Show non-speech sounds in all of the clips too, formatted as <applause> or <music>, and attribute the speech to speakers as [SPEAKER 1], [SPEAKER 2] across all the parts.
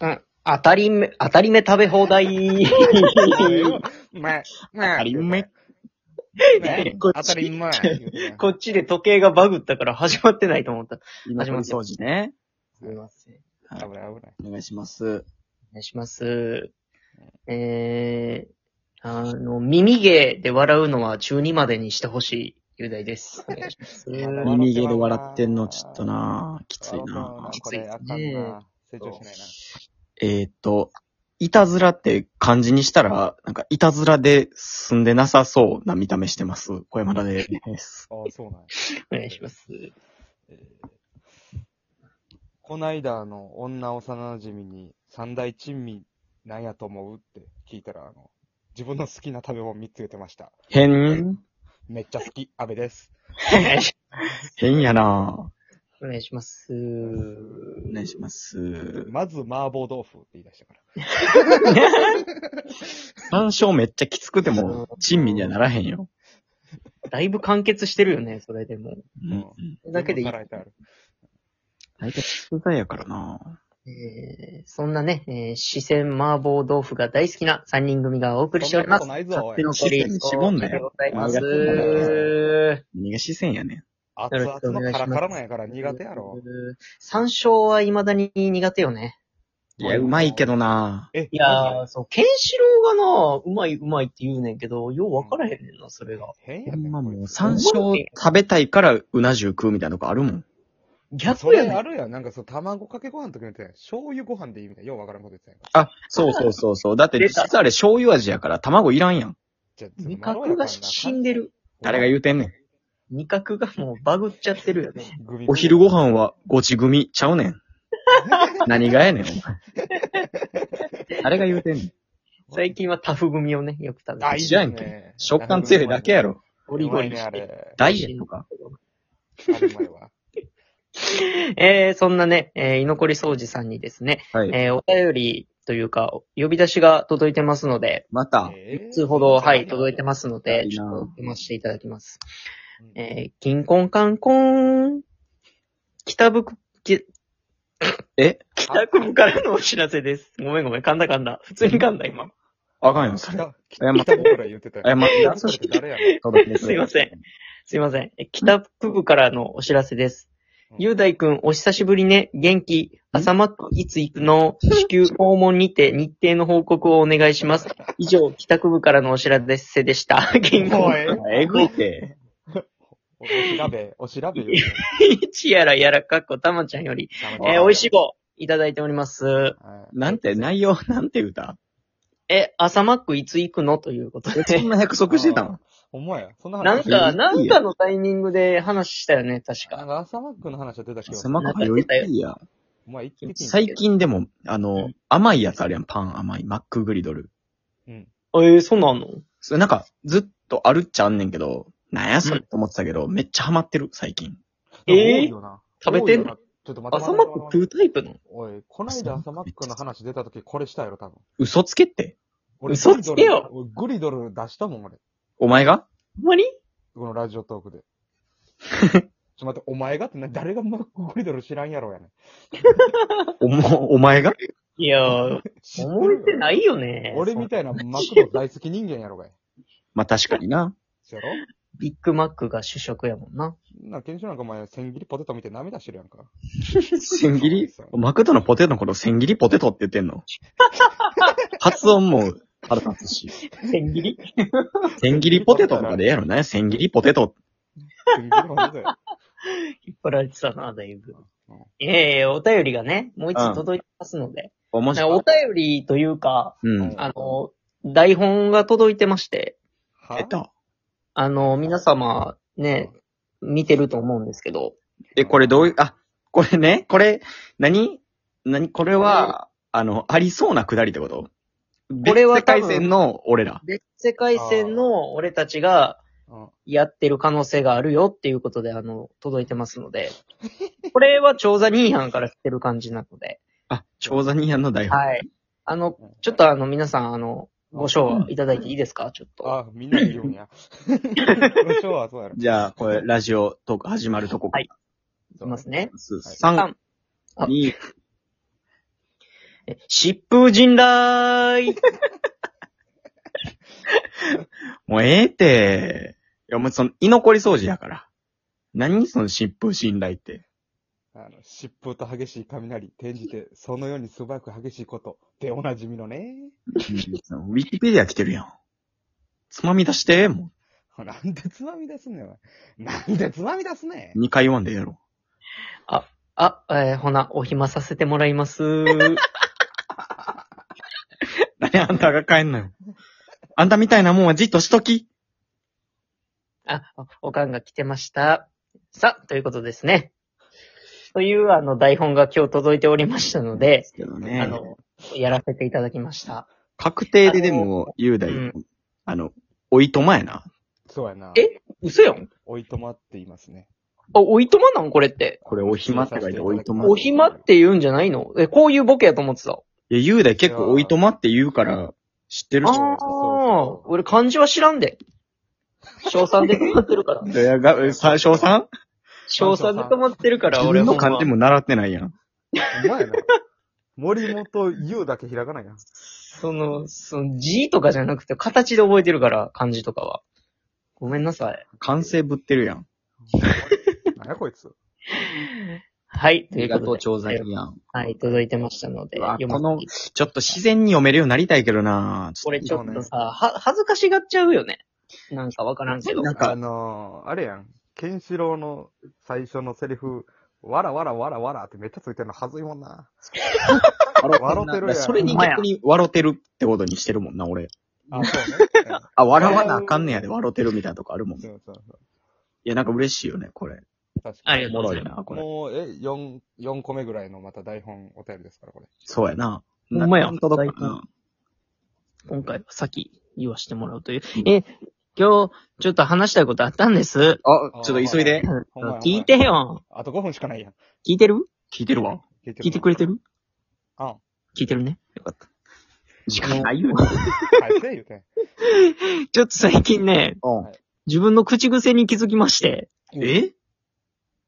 [SPEAKER 1] うん。当たりめ、当たりめ食べ放題。
[SPEAKER 2] まあ、まあ、
[SPEAKER 3] ありめ。
[SPEAKER 2] ね
[SPEAKER 3] こっ
[SPEAKER 2] 当
[SPEAKER 3] ち
[SPEAKER 2] たり前。
[SPEAKER 1] こっちで時計がバグったから始まってないと思った。
[SPEAKER 3] 今取り掃除ね。
[SPEAKER 1] すいません。
[SPEAKER 2] 危ない危ない。
[SPEAKER 3] お願いします。
[SPEAKER 1] お願いします。えー、あの、耳毛で笑うのは中2までにしてほしい、雄大です。お願いします。
[SPEAKER 2] うん
[SPEAKER 3] 耳毛で笑ってんの、ちょっとなきついな
[SPEAKER 1] き
[SPEAKER 2] こ
[SPEAKER 1] つい
[SPEAKER 2] れ
[SPEAKER 1] で
[SPEAKER 2] あ
[SPEAKER 1] すね
[SPEAKER 2] かんな。成長しない
[SPEAKER 3] えーっと、いたずらって漢字にしたら、なんか、いたずらで済んでなさそうな見た目してます。小山田です。
[SPEAKER 2] な。ああ、そうなんや。
[SPEAKER 1] お願いします。
[SPEAKER 2] えーこないだの女幼馴染に三大珍味なんやと思うって聞いたら、あの、自分の好きな食べ物見つけてました。
[SPEAKER 3] 変、
[SPEAKER 2] めっちゃ好き、安倍です。
[SPEAKER 3] 変やな
[SPEAKER 1] お願いします。
[SPEAKER 3] お願いします。
[SPEAKER 2] まず麻婆豆腐って言い出したから。
[SPEAKER 3] 山椒めっちゃきつくても、珍味にはならへんよ。
[SPEAKER 1] だいぶ完結してるよね、それでも。
[SPEAKER 3] うん
[SPEAKER 2] うん
[SPEAKER 3] うん。
[SPEAKER 1] それだけでいい
[SPEAKER 2] 全部。さらえてある
[SPEAKER 3] 大体、素材やからな
[SPEAKER 1] えーそんなね、えー四川麻婆豆腐が大好きな三人組がお送りしております。
[SPEAKER 2] そんなことないぞおい
[SPEAKER 1] 勝手の
[SPEAKER 3] 四川に絞んなよ
[SPEAKER 1] でございま
[SPEAKER 3] ありがと
[SPEAKER 1] す。
[SPEAKER 3] 何が視線やねん。
[SPEAKER 2] 熱々のカラカラなんやから苦手やろ。。
[SPEAKER 1] 山椒は未だに苦手よね。
[SPEAKER 3] いや、うまいけどな
[SPEAKER 2] え、
[SPEAKER 1] いやー、そう、ケンシロウがな、うまいうまいって言うねんけど、よう分からへんねんな、それが。
[SPEAKER 2] 変や
[SPEAKER 3] ほ
[SPEAKER 2] ね
[SPEAKER 3] んまもう、
[SPEAKER 2] 三
[SPEAKER 3] 山椒食べたいから、うな重食うみたいなとこあるもん。
[SPEAKER 1] ギャッ
[SPEAKER 2] そ
[SPEAKER 1] プや
[SPEAKER 2] れ
[SPEAKER 1] ね
[SPEAKER 2] あ
[SPEAKER 1] ん。
[SPEAKER 2] るやん。なんかそう、卵かけご飯とか言って、醤油ご飯でいいみたいな。ようわからんこと言ってたやんか。
[SPEAKER 3] あ、そうそうそうそう。だって、
[SPEAKER 1] 出た
[SPEAKER 3] 実はあれ醤油味やから、卵いらんやん。
[SPEAKER 2] じゃあちょっと
[SPEAKER 1] 味覚が死んでる。
[SPEAKER 3] 誰が言うてんねん。
[SPEAKER 1] 味覚がもうバグっちゃってるよ
[SPEAKER 2] <laughs>
[SPEAKER 1] ね。
[SPEAKER 2] グミ
[SPEAKER 3] お昼ご飯は、ごち組ちゃうね
[SPEAKER 1] <laughs>
[SPEAKER 3] ん。何がやねん、お前。誰が言うてんねん。
[SPEAKER 1] 最近はタフ組をね、よく食べて
[SPEAKER 2] あ、
[SPEAKER 1] る
[SPEAKER 2] いい
[SPEAKER 3] 知らんけ
[SPEAKER 2] ね。
[SPEAKER 3] 食感強いだけや
[SPEAKER 2] ろ。
[SPEAKER 3] ろ。
[SPEAKER 1] ゴリゴリ
[SPEAKER 2] ね、
[SPEAKER 1] し
[SPEAKER 2] あ
[SPEAKER 1] て。
[SPEAKER 2] れ。
[SPEAKER 3] ダイエットか。
[SPEAKER 2] あれうまいわ。
[SPEAKER 1] <laughs> えー、そんなね、えー、居残り掃除さんにですね、
[SPEAKER 3] はい。
[SPEAKER 1] えー、お便りというか、呼び出しが届いてますので、
[SPEAKER 3] また、
[SPEAKER 1] <laughs>
[SPEAKER 2] えー
[SPEAKER 1] 通ほど、はい、届いてますので
[SPEAKER 3] い、い
[SPEAKER 1] ち
[SPEAKER 3] な
[SPEAKER 1] ょっと読ませていただきます。
[SPEAKER 2] うん
[SPEAKER 1] えー、キンコンカンコーン。北部、き
[SPEAKER 3] え
[SPEAKER 1] 北国からのお知らせです。ごめんごめん、噛んだ噛んだ。普通に噛んだ、今。
[SPEAKER 3] あかんよ、それ。
[SPEAKER 2] 北、北僕ら言ってた
[SPEAKER 3] 謝
[SPEAKER 2] やん。
[SPEAKER 3] って
[SPEAKER 2] それって誰やねん。
[SPEAKER 3] 届けてくれ
[SPEAKER 1] すいません。すいません。え北部からのお知らせです。ゆうだいくん、お久しぶりね。元気。朝マックいつ行くの至急訪問にて日程の報告をお願いします。以上、帰宅部からのお知らせで <laughs> した。銀行
[SPEAKER 2] おい。
[SPEAKER 3] えぐいて。
[SPEAKER 2] お調べ、お調べ言うて
[SPEAKER 1] ちやらやらかっこたまちゃんより、
[SPEAKER 2] た。
[SPEAKER 1] えー美味しい棒いただいております。
[SPEAKER 2] はい。
[SPEAKER 3] なんて、内容、なんて歌
[SPEAKER 1] え、朝マックいつ行くのということ
[SPEAKER 3] そん
[SPEAKER 1] で。
[SPEAKER 3] な約束してたの
[SPEAKER 2] ほんまや。そんな
[SPEAKER 1] なん
[SPEAKER 2] 話。
[SPEAKER 1] か、なんかのタイミングで話したよね、確
[SPEAKER 2] な
[SPEAKER 1] か。
[SPEAKER 2] んか朝マックの話は出たけど。
[SPEAKER 3] 狭くよいていや。
[SPEAKER 2] お前、一気に。
[SPEAKER 3] 最近でも、あ
[SPEAKER 1] う
[SPEAKER 3] の
[SPEAKER 1] ん、
[SPEAKER 3] 甘いやつあるやん、パン甘い、マックグリドル。
[SPEAKER 2] うん。
[SPEAKER 1] えー、そうなの
[SPEAKER 3] それなんか、ずっとあるっちゃあんねんけど、なんやそれと思ってたけど、めっちゃハマってる、最近。
[SPEAKER 1] えー
[SPEAKER 2] 多いよな
[SPEAKER 1] 食べてん
[SPEAKER 2] 多いよな
[SPEAKER 1] の
[SPEAKER 2] ちょっと待って。
[SPEAKER 1] 朝マック
[SPEAKER 2] 待っ
[SPEAKER 1] 食
[SPEAKER 2] て
[SPEAKER 1] うタイプの
[SPEAKER 2] おい、こないだ朝マックの話出た時これしたやろ、多分。
[SPEAKER 3] 嘘つけって。
[SPEAKER 1] 嘘つけよ
[SPEAKER 2] 俺グリドル俺グリドル出したもん、俺。
[SPEAKER 3] お前が
[SPEAKER 1] ほんまに
[SPEAKER 2] このラジオトー
[SPEAKER 1] <laughs>
[SPEAKER 2] クで。ちょっと待って、お前がってな、誰がマックグリドル知らんやろやねん。
[SPEAKER 3] おも、お前が
[SPEAKER 1] いや <laughs> ー、
[SPEAKER 2] 知って
[SPEAKER 1] 思って
[SPEAKER 2] る
[SPEAKER 1] ないよね。
[SPEAKER 2] よ俺
[SPEAKER 1] そん
[SPEAKER 2] みたいなマクド大好き人間やろがい。
[SPEAKER 3] まあ、確かにな。
[SPEAKER 2] そやろ
[SPEAKER 1] ビッグマックが主食やもんな。
[SPEAKER 2] な、研修なんかお前、千切りポテト見て涙してるやんか。
[SPEAKER 3] 千切りマクドのポテトのこと千切りポテトって言ってんの発音も腹立つし。
[SPEAKER 1] 千切り
[SPEAKER 3] 千切りポテトとかでええやろね。千切りポテト。
[SPEAKER 2] 千切りポテト
[SPEAKER 1] <laughs>
[SPEAKER 2] や。
[SPEAKER 1] 引っ張られてたな、だいぶ
[SPEAKER 2] うん。
[SPEAKER 1] ええお便りがね、もう一
[SPEAKER 3] うん
[SPEAKER 1] つ届いてますので。な
[SPEAKER 3] 面
[SPEAKER 1] んかお
[SPEAKER 3] 白
[SPEAKER 1] 便
[SPEAKER 3] い。
[SPEAKER 1] りというか、
[SPEAKER 3] うん。
[SPEAKER 1] あの、台本が届いてまして、
[SPEAKER 2] は
[SPEAKER 3] えっと。
[SPEAKER 1] あの、皆様、ね、見てると思うんですけど、
[SPEAKER 3] え、これどういう、あ、これね、これ、何何これは、あの、ありそうなくだりってこと
[SPEAKER 1] これは
[SPEAKER 3] 別世界線の俺ら。
[SPEAKER 1] 別世界線の俺たちが
[SPEAKER 2] うん
[SPEAKER 1] やってる可能性があるよっていうことで、あの、届いてますので、これは調査任意犯から来てる感じなので、
[SPEAKER 3] あ、調査人やんの台本。
[SPEAKER 1] はい。あの、ちょっとあの、皆さん、あの、ご賞いただいていいですかちょっと。
[SPEAKER 2] あ、みんなで言う
[SPEAKER 1] <laughs>
[SPEAKER 2] んや。今日はそうやろ。
[SPEAKER 3] じゃあ、これ、ラジオトーク始まるとこから。
[SPEAKER 1] いきますね。
[SPEAKER 2] は
[SPEAKER 3] す
[SPEAKER 2] い
[SPEAKER 3] 3、
[SPEAKER 1] あ
[SPEAKER 3] 2、
[SPEAKER 1] え疾風陣雷
[SPEAKER 3] もうええって。いや、もうその、居残り掃除やから。何その疾風信頼って。
[SPEAKER 2] あの、疾風と激しい雷、転じて、そのように素早く激しいこと、でおなじみのね。
[SPEAKER 3] うんウィキペディア来てるやん。つまみ出して、も
[SPEAKER 2] <laughs> なんでつまみ出すねん、お前。なんでつまみ出すね
[SPEAKER 3] う、2回言わんでええやろ。
[SPEAKER 1] あ、えーほな、お暇させてもらいます。
[SPEAKER 3] 何あんたが帰んのよ。あんたみたいなもんはじっとしとき。
[SPEAKER 1] あ、おおかんが来てました。さ、ということですね。という、あの、台本が今日届いておりましたので、
[SPEAKER 3] けど
[SPEAKER 1] あ
[SPEAKER 3] ね。
[SPEAKER 1] の、やらせていただきました。
[SPEAKER 3] 確定ででも、雄大、
[SPEAKER 1] うん
[SPEAKER 3] あの、おいとまやな。
[SPEAKER 2] ん。そうやな。
[SPEAKER 1] え嘘やん
[SPEAKER 2] おいとまって言いますね。
[SPEAKER 1] あ、おいとまなんこれって。
[SPEAKER 3] これ、おひまって書いて、おいとま。
[SPEAKER 1] お暇って言うんじゃないのえ、こういうボケやと思ってた。
[SPEAKER 3] いや、雄大結構おいとまって言うから、知ってるし。
[SPEAKER 1] あ
[SPEAKER 2] そ
[SPEAKER 1] あ
[SPEAKER 2] う、
[SPEAKER 1] 俺漢字は知らん <laughs> で。小賛で止まってる <laughs> から。
[SPEAKER 3] いや、が、最初さん
[SPEAKER 1] 小賛で止まってるから、
[SPEAKER 3] 自
[SPEAKER 1] 俺ほ
[SPEAKER 3] 分の
[SPEAKER 1] んま
[SPEAKER 3] 勘でも習ってないやん。
[SPEAKER 2] お前や
[SPEAKER 1] <laughs>
[SPEAKER 2] な。森本優だけ開かないな。
[SPEAKER 1] その、その字とかじゃなくて形で覚えてるから、漢字とかは。ごめんなさい。
[SPEAKER 3] 完成ぶってるやん。
[SPEAKER 2] なんやこいつ。
[SPEAKER 1] はい、
[SPEAKER 3] あ
[SPEAKER 1] とい
[SPEAKER 3] り
[SPEAKER 1] う
[SPEAKER 3] が
[SPEAKER 1] こと
[SPEAKER 3] う、
[SPEAKER 1] とで。
[SPEAKER 3] 長崎やん。
[SPEAKER 1] はい、届いてましたので。
[SPEAKER 3] うわ
[SPEAKER 1] 読ませて
[SPEAKER 3] このちょっと自然に読めるようになりたいけどな
[SPEAKER 1] これちょ
[SPEAKER 2] そ
[SPEAKER 1] っ
[SPEAKER 2] うね
[SPEAKER 1] とさ、は、恥ずかしがっちゃうよね。なんかわからんけど。
[SPEAKER 3] な
[SPEAKER 2] <laughs> あ
[SPEAKER 3] んか、
[SPEAKER 2] のー、あれやん。ケンシロウの最初のセリフ、わらわらわらわらってめっちゃついてるのはずいもんな。笑ってるやん。
[SPEAKER 3] それに逆に笑ってるってことにしてるもんな、俺。
[SPEAKER 2] あ、 <laughs> そうね。
[SPEAKER 3] あ、笑わなあかんねやで笑ってるみたいなとこあるもん。
[SPEAKER 2] そ
[SPEAKER 3] いう
[SPEAKER 2] そうそ
[SPEAKER 3] や、なんか嬉しいよね、これ。
[SPEAKER 2] う。確
[SPEAKER 1] あ
[SPEAKER 2] か
[SPEAKER 1] り
[SPEAKER 2] に。
[SPEAKER 1] が
[SPEAKER 3] お
[SPEAKER 1] とうご
[SPEAKER 3] もろ
[SPEAKER 1] ざい
[SPEAKER 3] い
[SPEAKER 1] ま
[SPEAKER 3] な、これ。
[SPEAKER 2] もう、え、4、4個目ぐらいのまた台本お便りですから、これ。
[SPEAKER 3] そうやな。
[SPEAKER 1] ほんまや
[SPEAKER 3] な届くかな。
[SPEAKER 1] す。今回は先言わしてもらうという。え、今日、ちょっと話したいことあったんです。
[SPEAKER 3] あ、ちょっと急いで。
[SPEAKER 2] ほんまや
[SPEAKER 1] 聞いてよ。
[SPEAKER 2] あと5分しかないやん。
[SPEAKER 1] 聞いてる
[SPEAKER 3] 聞いてるわ。
[SPEAKER 1] 聞いてくれてる
[SPEAKER 2] あん。
[SPEAKER 1] 聞いてるね。
[SPEAKER 3] 時間ないよね。
[SPEAKER 2] はい、せえ言うてん。
[SPEAKER 1] ちょっと最近ね、
[SPEAKER 3] うん
[SPEAKER 1] 自分の口癖に気づきまして、
[SPEAKER 3] え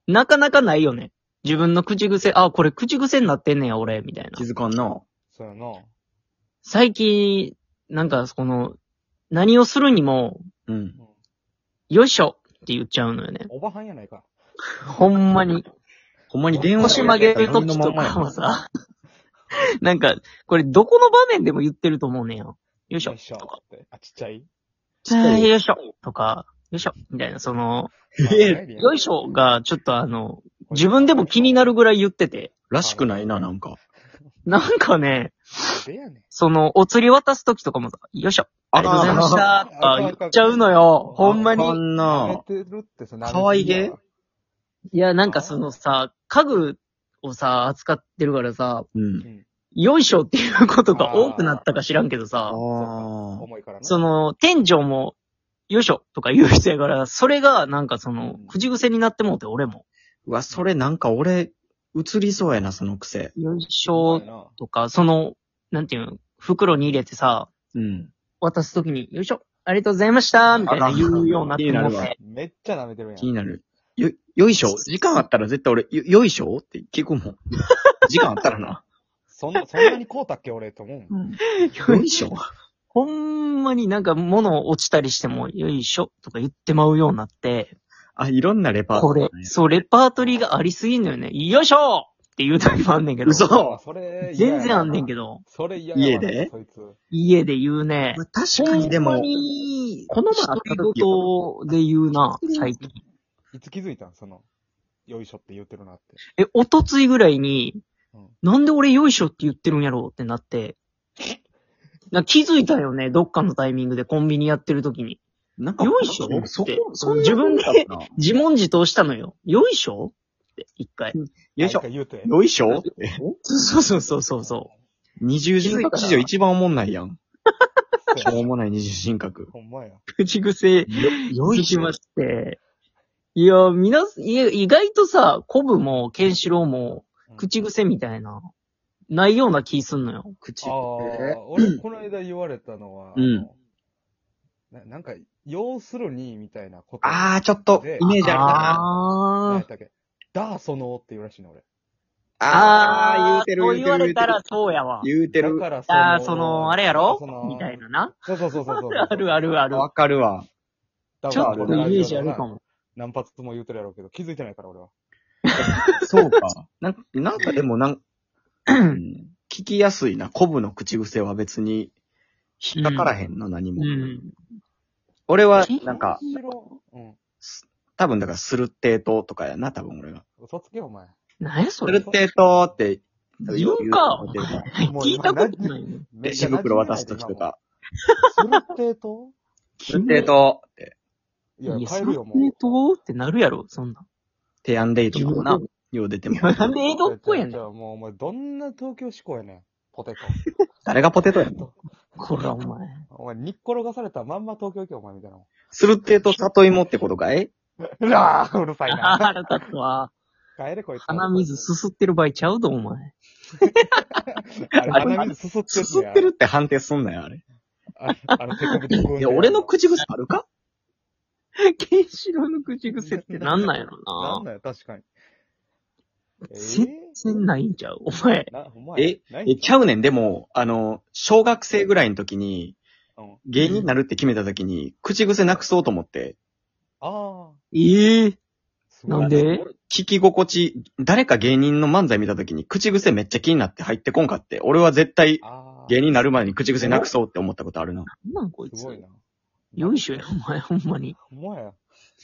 [SPEAKER 1] なかなかないよね。自分の口癖、あ、これ口癖になってんねや、俺、みたいな
[SPEAKER 3] 気。づかんな。
[SPEAKER 2] そうやな。
[SPEAKER 1] 最近、なんか、この、何をするにも、
[SPEAKER 3] うん。
[SPEAKER 1] よいしょって言っちゃうのよね。
[SPEAKER 2] おばはんやないか。
[SPEAKER 1] ほんまに。
[SPEAKER 3] ほんまに電話
[SPEAKER 1] 腰曲げる
[SPEAKER 3] と
[SPEAKER 1] と
[SPEAKER 3] き
[SPEAKER 1] き
[SPEAKER 3] と
[SPEAKER 1] と
[SPEAKER 3] か
[SPEAKER 1] か
[SPEAKER 3] も
[SPEAKER 1] も
[SPEAKER 3] さ。
[SPEAKER 1] <laughs> さ、なんか、これどこの場面でも言ってると思うねんよ。よいしょ。
[SPEAKER 2] よいしょ
[SPEAKER 1] とか。
[SPEAKER 2] って。あ、ちっちゃい
[SPEAKER 1] あーよいしょ。とか、よいしょ。みたいな、その、
[SPEAKER 3] え
[SPEAKER 1] よいしょがちょっとあの、自分でも気にな
[SPEAKER 2] る。
[SPEAKER 1] るぐらい言ってて。
[SPEAKER 3] らしくないな、なんか。
[SPEAKER 1] なんかね、
[SPEAKER 2] でやね
[SPEAKER 1] その、お釣り渡すときとかもさ、よいしょ。ありがとうございました。
[SPEAKER 3] あ
[SPEAKER 1] とか
[SPEAKER 2] あ
[SPEAKER 1] 言っちゃうのよ。
[SPEAKER 2] あ
[SPEAKER 1] ほんま
[SPEAKER 3] か
[SPEAKER 1] に。
[SPEAKER 3] ん
[SPEAKER 2] ん。や。
[SPEAKER 3] な
[SPEAKER 2] めてるってさ、
[SPEAKER 3] 可愛げ
[SPEAKER 1] いや、なんかそのさ、家具をさ、扱ってるからさ、
[SPEAKER 3] うん。
[SPEAKER 1] よいしょっていうことが多くなったか知らんけどさ、
[SPEAKER 3] ああ。
[SPEAKER 2] 重いからな。
[SPEAKER 1] その、店長も、よいしょとか言う人やから、それがなんかその
[SPEAKER 2] うん、
[SPEAKER 1] 口癖になってもうて、俺も。
[SPEAKER 3] うわ、それなんか俺、映りそうやな、その癖。
[SPEAKER 1] よいし
[SPEAKER 2] そ
[SPEAKER 1] ょ
[SPEAKER 2] うやな。
[SPEAKER 1] とか、その、なんていうの、袋に入れてさ、
[SPEAKER 3] うん。
[SPEAKER 1] 渡すときに、よいしょありがとうございましたみたい
[SPEAKER 3] あ
[SPEAKER 1] な
[SPEAKER 3] ら
[SPEAKER 1] 言うようになっても
[SPEAKER 3] 気に
[SPEAKER 1] う
[SPEAKER 3] なるわ
[SPEAKER 1] て。
[SPEAKER 2] めっちゃ舐めてるやん。
[SPEAKER 3] 気になる。よ、よいしょ時間あったら絶対俺、よ、よいしょって聞くも <laughs> ん。時間あったらな。
[SPEAKER 2] そんな、そんなにこうたっけ俺と思うもん。
[SPEAKER 1] <laughs>
[SPEAKER 3] よいしょ
[SPEAKER 1] ほんまになんか物落ちたりしても、よいしょとか言ってまうようになって、
[SPEAKER 3] あ、いろんなレパート
[SPEAKER 1] こ
[SPEAKER 3] リー
[SPEAKER 1] れ
[SPEAKER 3] ね。、
[SPEAKER 1] そう、レパートリーがありすぎんのよね。よいしょっていう時もあんねんけど。
[SPEAKER 3] 嘘
[SPEAKER 2] あそれ、
[SPEAKER 1] <laughs> 全然あんねんけ
[SPEAKER 2] ど。
[SPEAKER 1] ど、
[SPEAKER 2] それ嫌やわ
[SPEAKER 3] 家で
[SPEAKER 2] そいつ。
[SPEAKER 1] 家で言うね。
[SPEAKER 3] 確かにで
[SPEAKER 1] ほん
[SPEAKER 3] も
[SPEAKER 1] ま、に、
[SPEAKER 3] この前会った
[SPEAKER 1] 独
[SPEAKER 3] 時
[SPEAKER 1] り言で言うな、最近。
[SPEAKER 2] いつ気づいたんその、よいしょって言ってるなって。
[SPEAKER 1] え、おとついぐらいに
[SPEAKER 2] うん、
[SPEAKER 1] なんで俺よいしょって言ってるんやろうってなって、な気づいたよね、どっかのタイミングでコンビニやってる時に。
[SPEAKER 3] なんか、
[SPEAKER 1] よいしょ
[SPEAKER 3] そ
[SPEAKER 1] って
[SPEAKER 3] こ、そんな
[SPEAKER 1] 自分で
[SPEAKER 3] ことだったな
[SPEAKER 1] 自問自答したのよ。よいしょって、一回。
[SPEAKER 3] よいし
[SPEAKER 2] な
[SPEAKER 3] ょ
[SPEAKER 2] んか言うて。
[SPEAKER 3] よいしょって
[SPEAKER 1] そうそうそうそうそ
[SPEAKER 3] 二重人格史上一番おもんないやん。
[SPEAKER 2] そう
[SPEAKER 3] しょうもない二重人格。
[SPEAKER 2] ほんまや。
[SPEAKER 1] う。口癖、
[SPEAKER 3] よ、よ
[SPEAKER 1] つきまして。いや、みな、いや意外とさ、コブも、ケンシロウも、口癖みたいな、ないような気すんのよ。
[SPEAKER 3] 口
[SPEAKER 2] ああ
[SPEAKER 3] 癖。、
[SPEAKER 2] 俺、この間言われたのは、
[SPEAKER 3] うん
[SPEAKER 2] あのななんか、要するに、みたいなこと。
[SPEAKER 3] あー、ちょっと、イメージあるな。
[SPEAKER 1] あ
[SPEAKER 2] 何や
[SPEAKER 1] ー
[SPEAKER 2] ったっけ。だ、その、って言うらしいの、俺。
[SPEAKER 3] あー、言うてる
[SPEAKER 1] そう
[SPEAKER 3] 言うてる。
[SPEAKER 1] 言われたらそうやわ。
[SPEAKER 3] 言うてる。
[SPEAKER 2] だから
[SPEAKER 1] あー、その、あれやろ
[SPEAKER 2] その
[SPEAKER 1] みたいなな。
[SPEAKER 2] そうそうそうそうそう。
[SPEAKER 1] あるあるある。
[SPEAKER 3] わかるわ。
[SPEAKER 2] 多分
[SPEAKER 1] ちょっとイメージあるか。
[SPEAKER 2] 俺
[SPEAKER 1] も。
[SPEAKER 2] 何発も言うてるやろうけど、気づいてないから俺は。
[SPEAKER 3] そうか。なんなんかでもなん、うん聞きやすいな。コブの口癖は別に引っかからへんの、何も
[SPEAKER 1] う。ん。
[SPEAKER 3] 俺は、なんか、
[SPEAKER 2] 黄色。うん。
[SPEAKER 3] 多分だから、スルッテートとかやな、多分俺が。
[SPEAKER 2] 嘘つけよ、お前。
[SPEAKER 1] 何やそ
[SPEAKER 3] ス
[SPEAKER 1] れ。
[SPEAKER 3] ルッテートって、
[SPEAKER 1] 言うんか
[SPEAKER 3] 言うと思ってるから
[SPEAKER 2] もう
[SPEAKER 1] <laughs> 聞いたことないね。
[SPEAKER 2] め
[SPEAKER 3] レ
[SPEAKER 2] っち
[SPEAKER 3] ジ
[SPEAKER 2] ゃ馴染み
[SPEAKER 3] 袋渡すときとか、
[SPEAKER 2] ない。スルテート
[SPEAKER 3] スルッテートって、
[SPEAKER 2] いや、
[SPEAKER 1] いや、
[SPEAKER 2] 帰
[SPEAKER 1] そ
[SPEAKER 2] るよ、も
[SPEAKER 1] んなどうってなるやろ、そんな。
[SPEAKER 3] テアンデイとかもな
[SPEAKER 1] 自、
[SPEAKER 3] よう出ても。
[SPEAKER 1] なんで江戸っぽいや
[SPEAKER 2] ん。
[SPEAKER 1] ね
[SPEAKER 2] じ
[SPEAKER 1] ん。
[SPEAKER 2] ゃあもうお前、どんな東京志向やねん。ポテト。
[SPEAKER 3] 誰がポテトやねん。
[SPEAKER 1] こら、お前。
[SPEAKER 2] お前、にっ転がされたまんま東京行けよ、お前みたいなも <laughs>
[SPEAKER 3] スルッテート里芋ってことかいう
[SPEAKER 2] わぁ、うるさい
[SPEAKER 1] <laughs> あ
[SPEAKER 2] な。
[SPEAKER 1] 腹立つわ。
[SPEAKER 2] 帰れ、こいつ。
[SPEAKER 1] 鼻水すすってる場合ちゃうぞ、お前。
[SPEAKER 2] あれ、鼻水すすって
[SPEAKER 3] す
[SPEAKER 2] る
[SPEAKER 3] すってるって判定すんなよ、あれ。
[SPEAKER 2] あ <laughs> れ、あの、手首で
[SPEAKER 3] いや、俺の口癖あるか
[SPEAKER 1] ケンシロウの口癖ってなんなんやろ
[SPEAKER 2] なん
[SPEAKER 1] な。
[SPEAKER 2] だよ、確かに。え
[SPEAKER 1] 全然ないんちゃうお前。
[SPEAKER 2] な、お前。
[SPEAKER 3] え、
[SPEAKER 2] ないん
[SPEAKER 3] え、ちゃうねん。でも、あの、小学生ぐらいの時に、
[SPEAKER 2] うん。あ
[SPEAKER 3] 芸人になるって決めた時に、口癖なくそうと思って、
[SPEAKER 2] あ
[SPEAKER 1] ええ
[SPEAKER 2] すごい。
[SPEAKER 1] なんで
[SPEAKER 3] 聞き心地、誰か芸人の漫才見た時に、口癖めっちゃ気になって入ってこんかって、俺は絶対、
[SPEAKER 2] ああ。
[SPEAKER 3] 芸人になる前に口癖なくそうって思ったことあるな。
[SPEAKER 1] なんなんこいつ。
[SPEAKER 2] すごいな。
[SPEAKER 1] よいしょや、お前、ほんまに。
[SPEAKER 2] お前、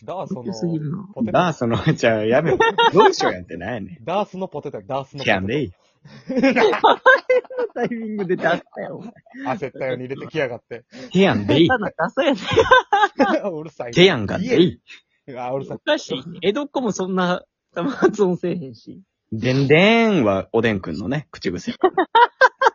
[SPEAKER 2] ダースの
[SPEAKER 1] よ、すぎるな。
[SPEAKER 2] ポテト。
[SPEAKER 3] ダースの、 <laughs> じゃあ、やめろ。どうしようやんってなんやね
[SPEAKER 2] ダースのポテトや、ダースの
[SPEAKER 3] ん。
[SPEAKER 2] ポ
[SPEAKER 3] てやんで
[SPEAKER 2] テ
[SPEAKER 3] いい。
[SPEAKER 1] このタイミングで出したよ、お前。
[SPEAKER 2] ト。焦ったように入れてきや
[SPEAKER 1] <laughs>
[SPEAKER 2] がって。
[SPEAKER 3] てやんでいい。
[SPEAKER 1] ただ出そうやね
[SPEAKER 2] うるさい。
[SPEAKER 3] てやんがでい
[SPEAKER 2] い。
[SPEAKER 3] い。
[SPEAKER 2] あ、うるさい
[SPEAKER 1] お。かしいね。江戸っ子もそんな、発音せえへんし。
[SPEAKER 3] でんでーんは、おでんくんのね、口癖。